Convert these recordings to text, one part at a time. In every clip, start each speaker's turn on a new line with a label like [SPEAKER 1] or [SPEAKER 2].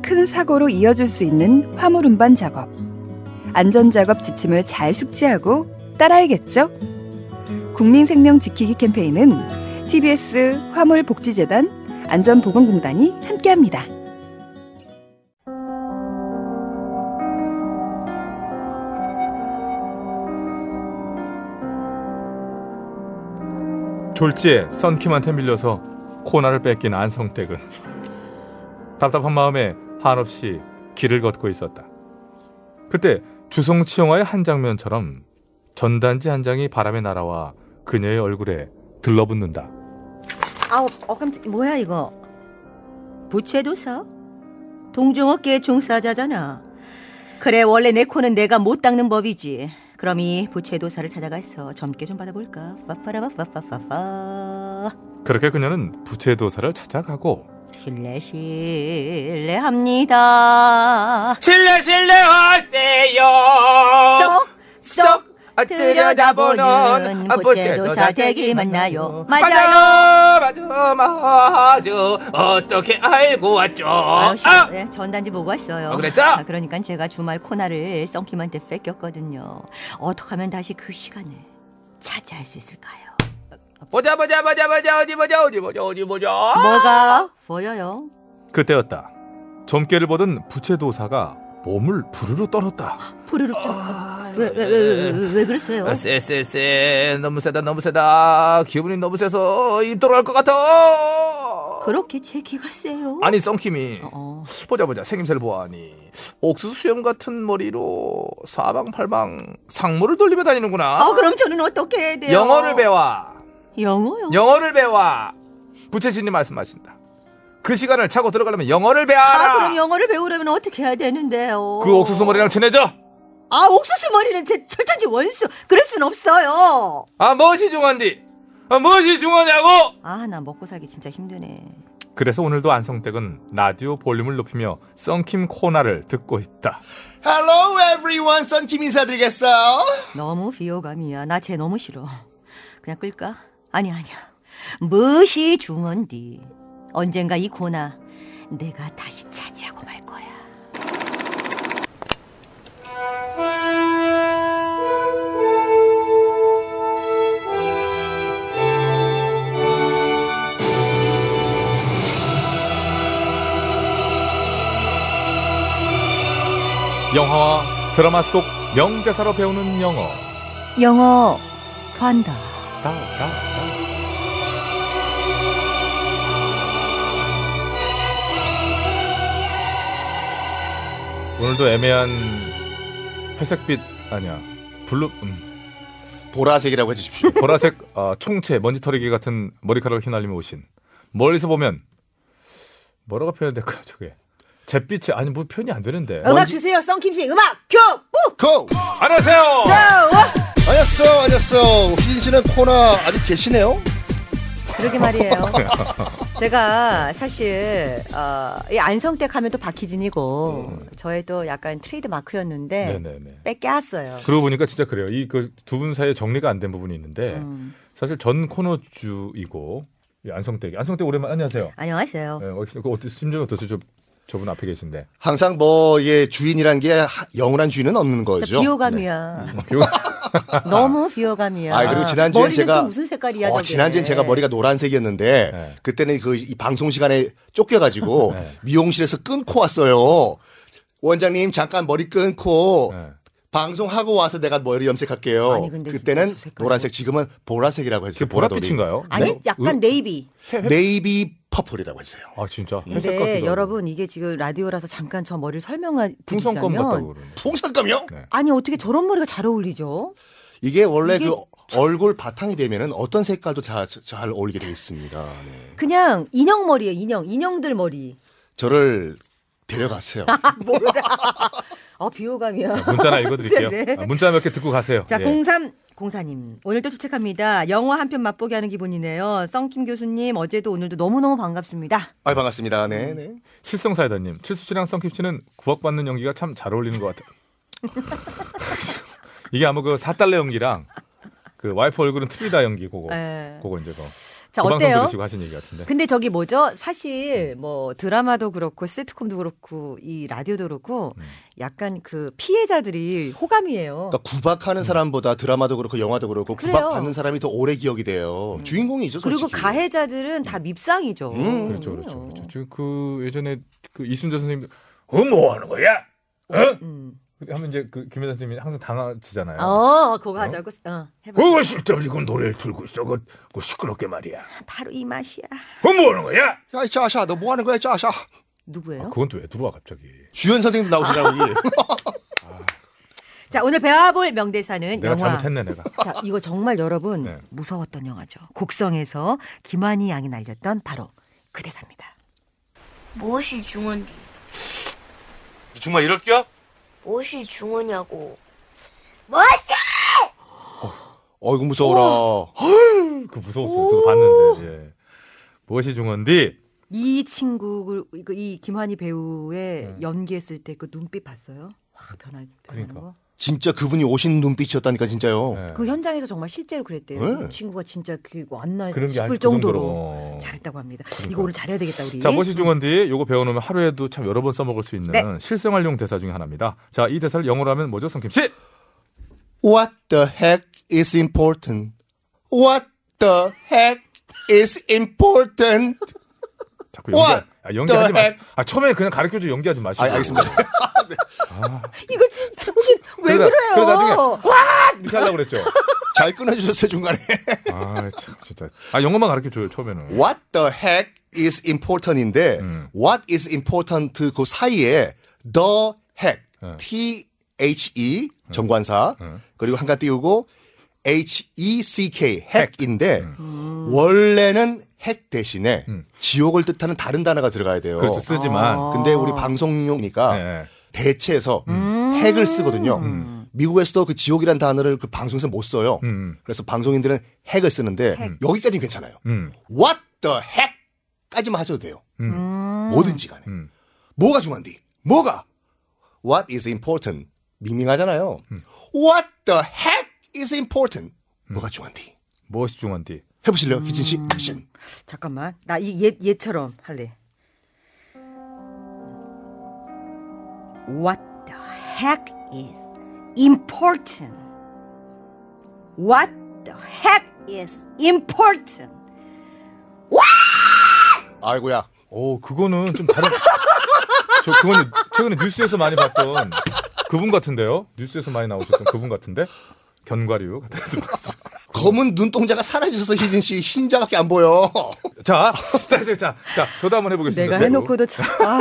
[SPEAKER 1] 큰 사고로 이어질 수 있는 화물 운반 작업. 안전작업 지침을 잘 숙지하고 따라야겠죠. 국민생명지키기 캠페인은 TBS 화물복지재단 안전보건공단이 함께합니다.
[SPEAKER 2] 졸지에 썬킴한테 밀려서 코나를 뺏긴 안성댁은 답답한 마음에 한없이 길을 걷고 있었다. 그때 주성치 영화의 한 장면처럼 전단지 한 장이 바람에 날아와 그녀의 얼굴에 들러붙는다.
[SPEAKER 3] 아우 어 깜짝 뭐야 이거 부채도사 동종업계의 종사자잖아 그래 원래 내 코는 내가 못 닦는 법이지 그럼 이 부채도사를 찾아가서 점괘 좀 받아볼까 빠빠라바빠빠빠
[SPEAKER 2] 그렇게 그녀는 부채도사를 찾아가고
[SPEAKER 3] 실례 실례합니다
[SPEAKER 4] 실례 실례하세요.
[SPEAKER 3] 쏙쏙
[SPEAKER 4] 아, 들여다보는 아, 뭐,
[SPEAKER 3] 부채도사
[SPEAKER 4] 부채도사
[SPEAKER 3] 대기
[SPEAKER 4] 대기
[SPEAKER 3] 만나요.
[SPEAKER 4] 만나요.
[SPEAKER 3] 맞아요.
[SPEAKER 4] 맞아, 맞아, 맞아. 어떻게 알고 왔죠?
[SPEAKER 3] 아유, 씨,
[SPEAKER 4] 아!
[SPEAKER 3] 네, 전단지 보고 왔어요.
[SPEAKER 4] 아, 그랬죠?
[SPEAKER 3] 아, 그러니까 제가 주말 코나를 썬킴한테 뺏겼거든요. 어떻게 하면 다시 그 시간에 차지할 수 있을까요?
[SPEAKER 4] 보자, 보자, 보자, 보자, 어디 보자, 어디 보자, 어디 보자.
[SPEAKER 3] 뭐가 보여요?
[SPEAKER 2] 그때였다. 점괘를 보던 부채도사가 몸을 부르르 떨었다.
[SPEAKER 3] 부르르 왜왜 왜 왜 그랬어요?
[SPEAKER 4] 아, 쎄, 쎄, 쎄. 너무 세다, 너무 세다. 기분이 너무 세서 입 돌아갈 것 같아.
[SPEAKER 3] 그렇게 제 키가 세요?
[SPEAKER 4] 아니, 썬킴이.
[SPEAKER 3] 어, 어.
[SPEAKER 4] 보자, 보자. 생김새를 보아하니. 옥수수 수염 같은 머리로 사방팔방 상모를 돌리며 다니는구나.
[SPEAKER 3] 아, 그럼 저는 어떻게 해야 돼요?
[SPEAKER 4] 영어를 배워.
[SPEAKER 3] 영어요?
[SPEAKER 4] 영어를 배워. 부채신님 말씀하신다. 그 시간을 차고 들어가려면 영어를 배워.
[SPEAKER 3] 아 그럼 영어를 배우려면 어떻게 해야 되는데요?
[SPEAKER 4] 그 옥수수 머리랑 친해져.
[SPEAKER 3] 아 옥수수 머리는 제 철천지 원수 그럴 순 없어요.
[SPEAKER 4] 아 무엇이 중요한디? 아 무엇이 중요하냐고?
[SPEAKER 3] 아 나 먹고 살기 진짜 힘드네.
[SPEAKER 2] 그래서 오늘도 안성댁은 라디오 볼륨을 높이며 썬킴 코나를 듣고 있다.
[SPEAKER 5] Hello everyone, 썬킴 인사드리겠어.
[SPEAKER 3] 너무 비호감이야. 나 쟤 너무 싫어. 그냥 끌까? 아니 아니야. 무시 중언디. 언젠가 이 고나 내가 다시 차지하고 말 거야.
[SPEAKER 2] 영화와 드라마 속 명대사로 배우는 영어.
[SPEAKER 3] 영어 관다.
[SPEAKER 2] 따, 따, 따. 오늘도 애매한 회색빛 아니야 블루 음,
[SPEAKER 5] 보라색이라고 해주십시오.
[SPEAKER 2] 보라색 아, 총체 먼지 털이기 같은 머리카락을 휘날리며 오신 멀리서 보면 뭐라고 표현될까요 저게 잿빛이 아니 뭐 표현이 안 되는데
[SPEAKER 3] 음악 주세요, 썬킴 씨. 음악 교부.
[SPEAKER 5] 고!
[SPEAKER 2] 안녕하세요
[SPEAKER 5] 안녕하세요, 안녕하세요. 희진 씨는 코너 아직 계시네요?
[SPEAKER 3] 그러게 말이에요. 제가 사실 어, 이 안성댁 하면 또 박희진이고
[SPEAKER 5] 음.
[SPEAKER 3] 저의 또 약간 트레이드 마크였는데
[SPEAKER 2] 네네네.
[SPEAKER 3] 뺏겼어요.
[SPEAKER 2] 그러고 보니까 진짜 그래요. 이 그 두 분 사이에 정리가 안 된 부분이 있는데
[SPEAKER 3] 음.
[SPEAKER 2] 사실 전 코너주이고 이 안성댁 안성댁 오랜만 안녕하세요.
[SPEAKER 3] 안녕하세요.
[SPEAKER 5] 네.
[SPEAKER 2] 예, 어, 그 어떠 심정이 어떠세요? 저, 저분 앞에 계신데.
[SPEAKER 5] 항상 뭐의 주인이란 게 하- 영원한 주인은 없는
[SPEAKER 3] 진짜
[SPEAKER 5] 거죠.
[SPEAKER 3] 그러니까
[SPEAKER 5] 네.
[SPEAKER 3] 비호감이야.
[SPEAKER 2] 이거
[SPEAKER 3] 너무 비호감이야.
[SPEAKER 5] 아, 그리고 지난주엔
[SPEAKER 3] 머리는
[SPEAKER 5] 제가-
[SPEAKER 3] 또 무슨 색깔이야?
[SPEAKER 5] 어,
[SPEAKER 3] 저게.
[SPEAKER 5] 지난주엔 제가 머리가 노란색이었는데
[SPEAKER 2] 네.
[SPEAKER 5] 그때는 그 이 방송 시간에 쫓겨가지고 미용실에서 끊고 왔어요. 원장님 잠깐 머리 끊고
[SPEAKER 2] 네.
[SPEAKER 5] 방송하고 와서 내가 머리 염색할게요.
[SPEAKER 3] 아니, 근데
[SPEAKER 5] 그때는
[SPEAKER 3] 진짜 색깔이-
[SPEAKER 5] 노란색 지금은 보라색이라고 했어요.
[SPEAKER 2] 그게 보랏빛인가요?
[SPEAKER 3] 아니
[SPEAKER 2] 네?
[SPEAKER 3] 약간 네이비.
[SPEAKER 5] 음. 네이비 퍼플이라고 했어요.
[SPEAKER 2] 아 진짜. 회색
[SPEAKER 3] 근데
[SPEAKER 2] 같기도 하고.
[SPEAKER 3] 네, 여러분 이게 지금 라디오라서 잠깐 저 머리를 설명한
[SPEAKER 2] 풍선껌 같다고 그러네.
[SPEAKER 5] 풍선감이요?
[SPEAKER 3] 아니 어떻게 저런 머리가 잘 어울리죠?
[SPEAKER 5] 이게 원래
[SPEAKER 3] 이게
[SPEAKER 5] 그 얼굴 바탕이 되면은 어떤 색깔도 다 잘 어울리게 되어 있습니다. 네.
[SPEAKER 3] 그냥 인형 머리예요. 인형 인형들 머리.
[SPEAKER 5] 저를 데려갔어요.
[SPEAKER 3] 아 비호감이야.
[SPEAKER 2] 문자나 읽어드릴게요.
[SPEAKER 3] 네, 네.
[SPEAKER 2] 아, 문자 몇 개 듣고 가세요.
[SPEAKER 3] 자,
[SPEAKER 2] 예.
[SPEAKER 3] 03 공사님 오늘도 추측합니다. 영화 한 편 맛보게 하는 기분이네요. 썬킴 교수님 어제도 오늘도 너무 너무 반갑습니다.
[SPEAKER 5] 아 반갑습니다. 네, 네.
[SPEAKER 2] 실성사이다님, 칠수 씨랑 썬킵 씨는 구박받는 연기가 참 잘 어울리는 것 같아요. 이게 아마 그 사달래 연기랑 그 와이프 얼굴은 틀리다 연기 그거
[SPEAKER 3] 예.
[SPEAKER 2] 그거 이제 그.
[SPEAKER 3] 자
[SPEAKER 2] 그 방송
[SPEAKER 3] 어때요? 그
[SPEAKER 2] 들으시고 네. 하신 얘기 같은데.
[SPEAKER 3] 근데 저기 뭐죠? 사실 뭐 드라마도 그렇고 시트콤도 그렇고 이 라디오도 그렇고
[SPEAKER 2] 음.
[SPEAKER 3] 약간 그 피해자들이 호감이에요.
[SPEAKER 5] 그러니까 구박하는 사람보다 드라마도 그렇고 영화도 그렇고
[SPEAKER 3] 그래요.
[SPEAKER 5] 구박받는 사람이 더 오래 기억이 돼요. 주인공이죠.
[SPEAKER 3] 그리고
[SPEAKER 5] 솔직히.
[SPEAKER 3] 가해자들은 다 밉상이죠.
[SPEAKER 5] 음.
[SPEAKER 2] 그렇죠, 그렇죠,
[SPEAKER 3] 그럼요.
[SPEAKER 2] 그렇죠. 지금 그 예전에 그 이순재 선생님, 어뭐 하는 거야?
[SPEAKER 3] 음.
[SPEAKER 2] 하면 이제 그 김혜자 선생님이 항상 당하시잖아요.
[SPEAKER 3] 어, 그거 하자고. 어, 해봐.
[SPEAKER 6] 뭐가 쓸데없고 노래를 틀고 있어. 그, 그 시끄럽게 말이야.
[SPEAKER 3] 바로 이 맛이야.
[SPEAKER 6] 그 뭐하는 거야?
[SPEAKER 5] 야, 이 짜샤, 너 뭐 하는 거야, 짜샤?
[SPEAKER 3] 누구예요?
[SPEAKER 2] 아, 그건 또 왜 들어와 갑자기?
[SPEAKER 5] 주연 선생님 나오시라고. 이.
[SPEAKER 3] 자, 오늘 배워볼 명대사는
[SPEAKER 2] 내가
[SPEAKER 3] 영화.
[SPEAKER 2] 잘못했네 내가.
[SPEAKER 3] 자, 이거 정말 여러분
[SPEAKER 2] 네.
[SPEAKER 3] 무서웠던 영화죠. 곡성에서 김환희 양이 날렸던 바로 그 대사입니다.
[SPEAKER 7] 무엇이 중헌디?
[SPEAKER 8] 정말 이럴게요?
[SPEAKER 7] 무엇이 중헌이냐고. 무엇이!
[SPEAKER 5] 어이구, 무서워라.
[SPEAKER 2] 그 무서웠어요. 저도 봤는데. 예. 무엇이 중헌디?
[SPEAKER 3] 이 친구를 이거 이 김환희 배우의 연기했을 때 그 눈빛 봤어요? 확 변할
[SPEAKER 2] 네.
[SPEAKER 3] 변하는
[SPEAKER 2] 그러니까.
[SPEAKER 3] 거.
[SPEAKER 5] 진짜 그분이 오신 눈빛이었다니까, 진짜요.
[SPEAKER 2] 예.
[SPEAKER 3] 그 현장에서 정말 실제로 그랬대요.
[SPEAKER 5] 네.
[SPEAKER 3] 이 친구가 진짜 그 왔나
[SPEAKER 2] 그런 게 아직
[SPEAKER 3] 싶을
[SPEAKER 2] 그
[SPEAKER 3] 정도로.
[SPEAKER 2] 정도로.
[SPEAKER 3] 잘했다고 합니다.
[SPEAKER 2] 그러니까요.
[SPEAKER 3] 이거 오늘 잘해야 되겠다 우리.
[SPEAKER 2] 자, 무엇이 중헌디? 요거 배워놓으면 하루에도 참 여러 번 써먹을 수 있는
[SPEAKER 3] 네.
[SPEAKER 2] 실생활용 대사 중에 하나입니다. 자, 이 대사를 영어로 하면 뭐죠, 성김 씨?
[SPEAKER 5] What the heck is important? What the heck is important?
[SPEAKER 2] 자꾸 연기,
[SPEAKER 5] What
[SPEAKER 2] 아, 연기하지
[SPEAKER 5] the
[SPEAKER 2] 마.
[SPEAKER 5] heck?
[SPEAKER 2] 아, 처음에 그냥 가르쳐줘 연기하지 마시고.
[SPEAKER 5] 아, 알겠습니다.
[SPEAKER 3] 이거 진짜 우리 왜
[SPEAKER 2] 그러다-
[SPEAKER 3] 그래요?
[SPEAKER 2] 그러다 나중에 이렇게 하려고 그랬죠.
[SPEAKER 5] 잘 끊어주셨어요, 중간에.
[SPEAKER 2] 아, 참, 진짜. 아, 영어만 가르쳐줘요, 처음에는.
[SPEAKER 5] What the heck is important인데,
[SPEAKER 2] 음.
[SPEAKER 5] what is important 그 사이에 the heck,
[SPEAKER 2] 음.
[SPEAKER 5] T H E 정관사 그리고 한가 띄우고 H E C K heck인데
[SPEAKER 2] 음.
[SPEAKER 5] 원래는 heck 대신에 지옥을 뜻하는 다른 단어가 들어가야 돼요.
[SPEAKER 2] 그렇죠, 쓰지만.
[SPEAKER 5] 근데 우리 방송용이니까
[SPEAKER 2] 예.
[SPEAKER 5] 대체해서
[SPEAKER 2] 음.
[SPEAKER 5] 핵을 쓰거든요. 미국에서도 그 지옥이란 단어를 그 방송에서 못 써요.
[SPEAKER 2] 음.
[SPEAKER 5] 그래서 방송인들은 핵을 쓰는데 여기까지는 괜찮아요.
[SPEAKER 2] 음.
[SPEAKER 5] What the heck? 까지만 하셔도 돼요.
[SPEAKER 3] 음.
[SPEAKER 5] 뭐든지 간에.
[SPEAKER 2] 음.
[SPEAKER 5] 뭐가 중요한디? 뭐가? What is important? 밍밍하잖아요. What the heck is important? 뭐가 중요한디?
[SPEAKER 2] 무엇이 중헌디?
[SPEAKER 5] 해보실래요? 희진 씨, 액션.
[SPEAKER 3] 잠깐만 나 이 얘 얘처럼 할래. What the heck is important? What the heck is important?
[SPEAKER 5] 아이고야.
[SPEAKER 2] 오, 그거는 좀 다른. 저, 그거는 최근에 뉴스에서 많이 봤던 그분 같은데요? 뉴스에서 많이 나오셨던 그분 같은데? 견과류.
[SPEAKER 5] 검은 눈동자가 사라지셔서 희진 씨 흰자밖에 안 보여.
[SPEAKER 2] 자, 자, 자, 자, 자, 저도 한번 해보겠습니다.
[SPEAKER 3] 내가 해놓고도 참. 아.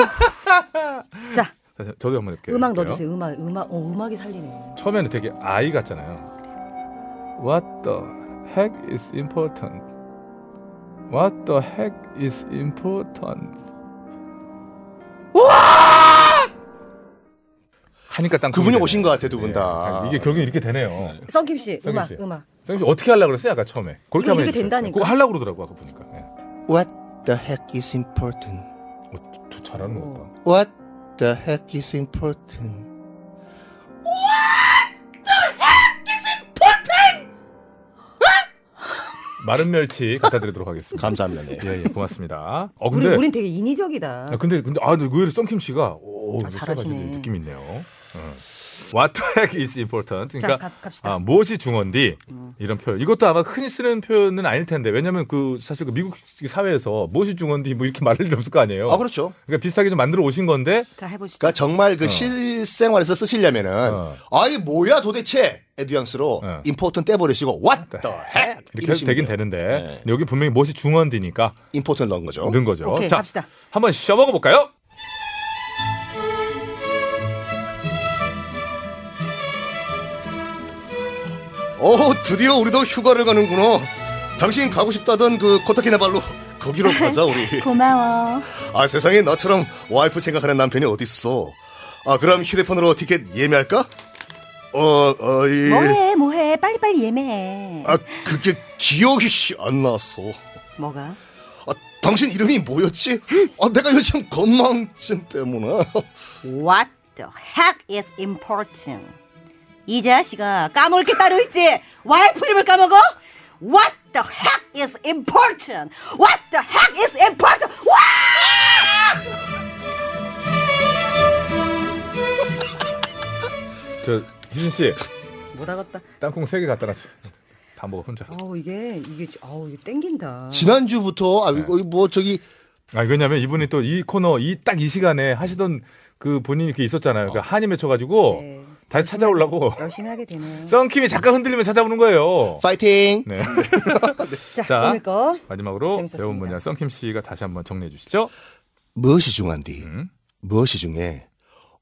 [SPEAKER 3] 자
[SPEAKER 2] 자, 자, 저도 한번 해볼게요.
[SPEAKER 3] 음악
[SPEAKER 2] 해볼게요.
[SPEAKER 3] 넣어주세요. 음악 음악 어 음악이 살리네.
[SPEAKER 2] 처음에는 되게 아이 같잖아요. What the heck is important? What the heck is important? 하니까 땅 예.
[SPEAKER 5] 그분이 오신 것 같아, 두분 다.
[SPEAKER 2] 이게 결국 이렇게 되네요.
[SPEAKER 3] 썬킴 씨
[SPEAKER 2] 썬킴
[SPEAKER 3] 음악
[SPEAKER 2] 씨.
[SPEAKER 3] 음악.
[SPEAKER 2] 쌤 어떻게 하려고 그랬어요? 아까 처음에. 그렇게
[SPEAKER 3] 이게
[SPEAKER 2] 하면
[SPEAKER 3] 이렇게
[SPEAKER 2] 해주세요.
[SPEAKER 3] 된다니까.
[SPEAKER 2] 그거 하려고 그러더라고 아까 보니까. 예.
[SPEAKER 5] What the heck is important?
[SPEAKER 2] 어, 저 잘하는 것 같다.
[SPEAKER 5] What the heck is important?
[SPEAKER 2] 마른 멸치 갖다 드리도록 하겠습니다.
[SPEAKER 5] 감사합니다. 네.
[SPEAKER 2] 예, 예, 고맙습니다. 어,
[SPEAKER 3] 우리
[SPEAKER 2] 근데
[SPEAKER 3] 우린 되게 인위적이다.
[SPEAKER 2] 아, 근데 근데 아 근데 의외로 썬킴 씨가 오 이거
[SPEAKER 3] 아, 잘하시네.
[SPEAKER 2] 써가지고 느낌 있네요. 어. What the heck is important?
[SPEAKER 3] 자,
[SPEAKER 2] 그러니까
[SPEAKER 3] 갑, 갑시다. 음.
[SPEAKER 2] 아, 무엇이 중헌디 이런 표현. 이것도 아마 흔히 쓰는 표현은 아닐 텐데 왜냐하면 그 사실 그 미국 사회에서 무엇이 중헌디 뭐 이렇게 말할 일 없을 거 아니에요.
[SPEAKER 5] 아 그렇죠.
[SPEAKER 2] 그러니까 비슷하게 좀 만들어 오신 건데
[SPEAKER 3] 자, 해보시죠.
[SPEAKER 5] 그러니까 정말 그 실생활에서 쓰시려면은
[SPEAKER 2] 어.
[SPEAKER 5] 아이 뭐야 도대체 에 뉘앙스로
[SPEAKER 2] 어. 네.
[SPEAKER 5] important 떼버리시고 what the heck
[SPEAKER 2] 이렇게 해도 되긴 되는데 여기 분명히 무엇이 중헌디니까
[SPEAKER 5] important 넣은 거죠.
[SPEAKER 2] 넣은 거죠.
[SPEAKER 3] 오케이,
[SPEAKER 2] 어, 자,
[SPEAKER 3] 갑시다.
[SPEAKER 2] 한번 쉬어 먹어 볼까요?
[SPEAKER 5] 어 드디어 우리도 휴가를 가는구나. 당신 가고 싶다던 그 코타키나발루 거기로 가자 우리.
[SPEAKER 3] 고마워.
[SPEAKER 5] 아 세상에 나처럼 와이프 생각하는 남편이 어딨어. 아 그럼 휴대폰으로 티켓 예매할까?
[SPEAKER 2] 예.
[SPEAKER 5] 어어이
[SPEAKER 3] 뭐해, 뭐해. 빨리빨리 예매해.
[SPEAKER 5] 아 그게 기억이 안 나서.
[SPEAKER 3] 뭐가?
[SPEAKER 5] 아, 당신 이름이 뭐였지? 아, 내가 요즘 건망증 때문에.
[SPEAKER 3] What the heck is important? 이 자식아 까먹을 게 따로 있지. 와이프 이름을 까먹어? What the heck is important? What the heck is important? 와!
[SPEAKER 2] 저 희준 씨
[SPEAKER 3] 못 알았다.
[SPEAKER 2] 땅콩 세 개 갖다 놨어요. 다 먹어 혼자.
[SPEAKER 3] 아우 이게 이게 아우 이게 땡긴다.
[SPEAKER 5] 지난주부터 아, 이거 뭐 저기
[SPEAKER 2] 아, 왜냐면 이분이 또 이 코너 이 딱 이 시간에 하시던 그 본인이 그 있었잖아요. 그 한이 맺혀가지고
[SPEAKER 3] 어. 네.
[SPEAKER 2] 다시 찾아오려고
[SPEAKER 3] 열심히 하게 되네.
[SPEAKER 2] 썬킴이 잠깐 흔들리면 찾아오는 거예요.
[SPEAKER 5] 파이팅.
[SPEAKER 2] 네.
[SPEAKER 3] 자,
[SPEAKER 2] 자.
[SPEAKER 3] 오늘 거
[SPEAKER 2] 마지막으로
[SPEAKER 3] 재밌었습니다.
[SPEAKER 2] 배운 분야 썬킴 씨가 다시 한번 정리해 주시죠.
[SPEAKER 5] 무엇이 중요한디?
[SPEAKER 2] 음.
[SPEAKER 5] 무엇이 중요해?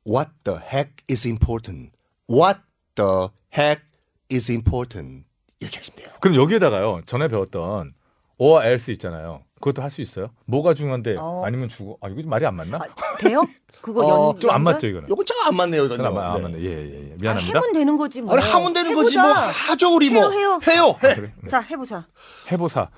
[SPEAKER 5] What the heck is important? What the heck is important? 이렇게 하시면 돼요.
[SPEAKER 2] 그럼 여기에다가요 전에 배웠던 or else 있잖아요. 그것도 할 수 있어요. 뭐가 중요한데
[SPEAKER 3] 어.
[SPEAKER 2] 아니면 주고 아 이거 좀 말이 안 맞나?
[SPEAKER 3] 아, 돼요? 그거
[SPEAKER 5] 어,
[SPEAKER 3] 연
[SPEAKER 2] 좀 안
[SPEAKER 3] 연결?
[SPEAKER 2] 맞죠 이거는.
[SPEAKER 5] 요건 참 안 맞네요, 이건.
[SPEAKER 2] 저는 안, 맞- 안
[SPEAKER 5] 네.
[SPEAKER 2] 맞네. 예예예
[SPEAKER 3] 아,
[SPEAKER 2] 미안합니다.
[SPEAKER 3] 해면 되는 거지 뭐.
[SPEAKER 5] 아니 하면 되는 거지 뭐
[SPEAKER 3] 해보자.
[SPEAKER 5] 하죠 우리 뭐
[SPEAKER 3] 해요,
[SPEAKER 5] 해요 해.
[SPEAKER 2] 그래.
[SPEAKER 3] 자 해보자.
[SPEAKER 2] 어, 해보사.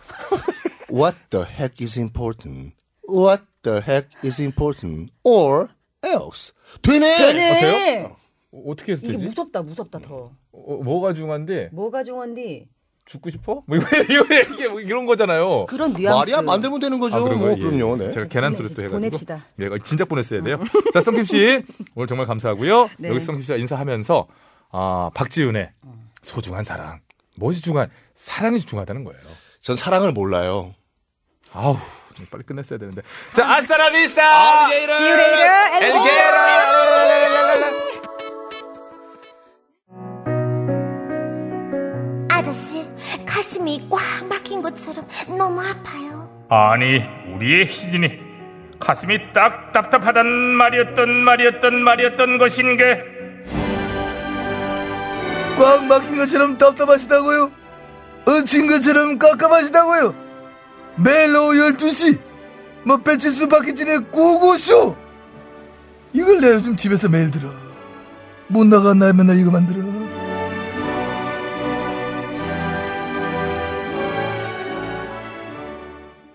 [SPEAKER 5] What the heck is important? What the heck is important? Or else 되네.
[SPEAKER 2] 어때요? 어, 어떻게 해서
[SPEAKER 3] 이게
[SPEAKER 2] 되지?
[SPEAKER 3] 무섭다 무섭다 더.
[SPEAKER 2] 어, 뭐가 중요한데
[SPEAKER 3] 뭐가 좋은디?
[SPEAKER 2] 죽고 싶어? 뭐 이거 이거 이게 뭐 이런 거잖아요.
[SPEAKER 3] 그런 뉘앙스.
[SPEAKER 5] 말이야 만들면 되는 거죠. 뭐
[SPEAKER 2] 거예요? 예.
[SPEAKER 5] 그럼요. 네.
[SPEAKER 2] 제가 계란 트릇도 해가지고
[SPEAKER 3] 보냅시다. 음.
[SPEAKER 2] 예, 이거 진작 보냈어야 돼요. 자, 성김 씨 오늘 정말 감사하고요.
[SPEAKER 3] 네.
[SPEAKER 2] 여기 성김 씨와 인사하면서 아 박지윤의
[SPEAKER 3] 어.
[SPEAKER 2] 소중한 사랑, 뭐지 중한 사랑이 중요하다는 거예요.
[SPEAKER 5] 전 사랑을 몰라요.
[SPEAKER 2] 아우 좀 빨리 끝냈어야 되는데. 자, 아스타라비스타. 엘리게라.
[SPEAKER 7] 아저씨 가슴이 꽉 막힌 것처럼 너무 아파요
[SPEAKER 6] 아니 우리의 희진이 가슴이 딱 답답하단 말이었던 말이었던 말이었던 것인게
[SPEAKER 4] 꽉 막힌 것처럼 답답하시다고요? 얹힌 것처럼 깝깝하시다고요? 매일 오후 12시 뭐 배치수 박희진의 고고쇼 이걸 내가 요즘 집에서 매일 들어 못 나간 날 맨날 이거 만들어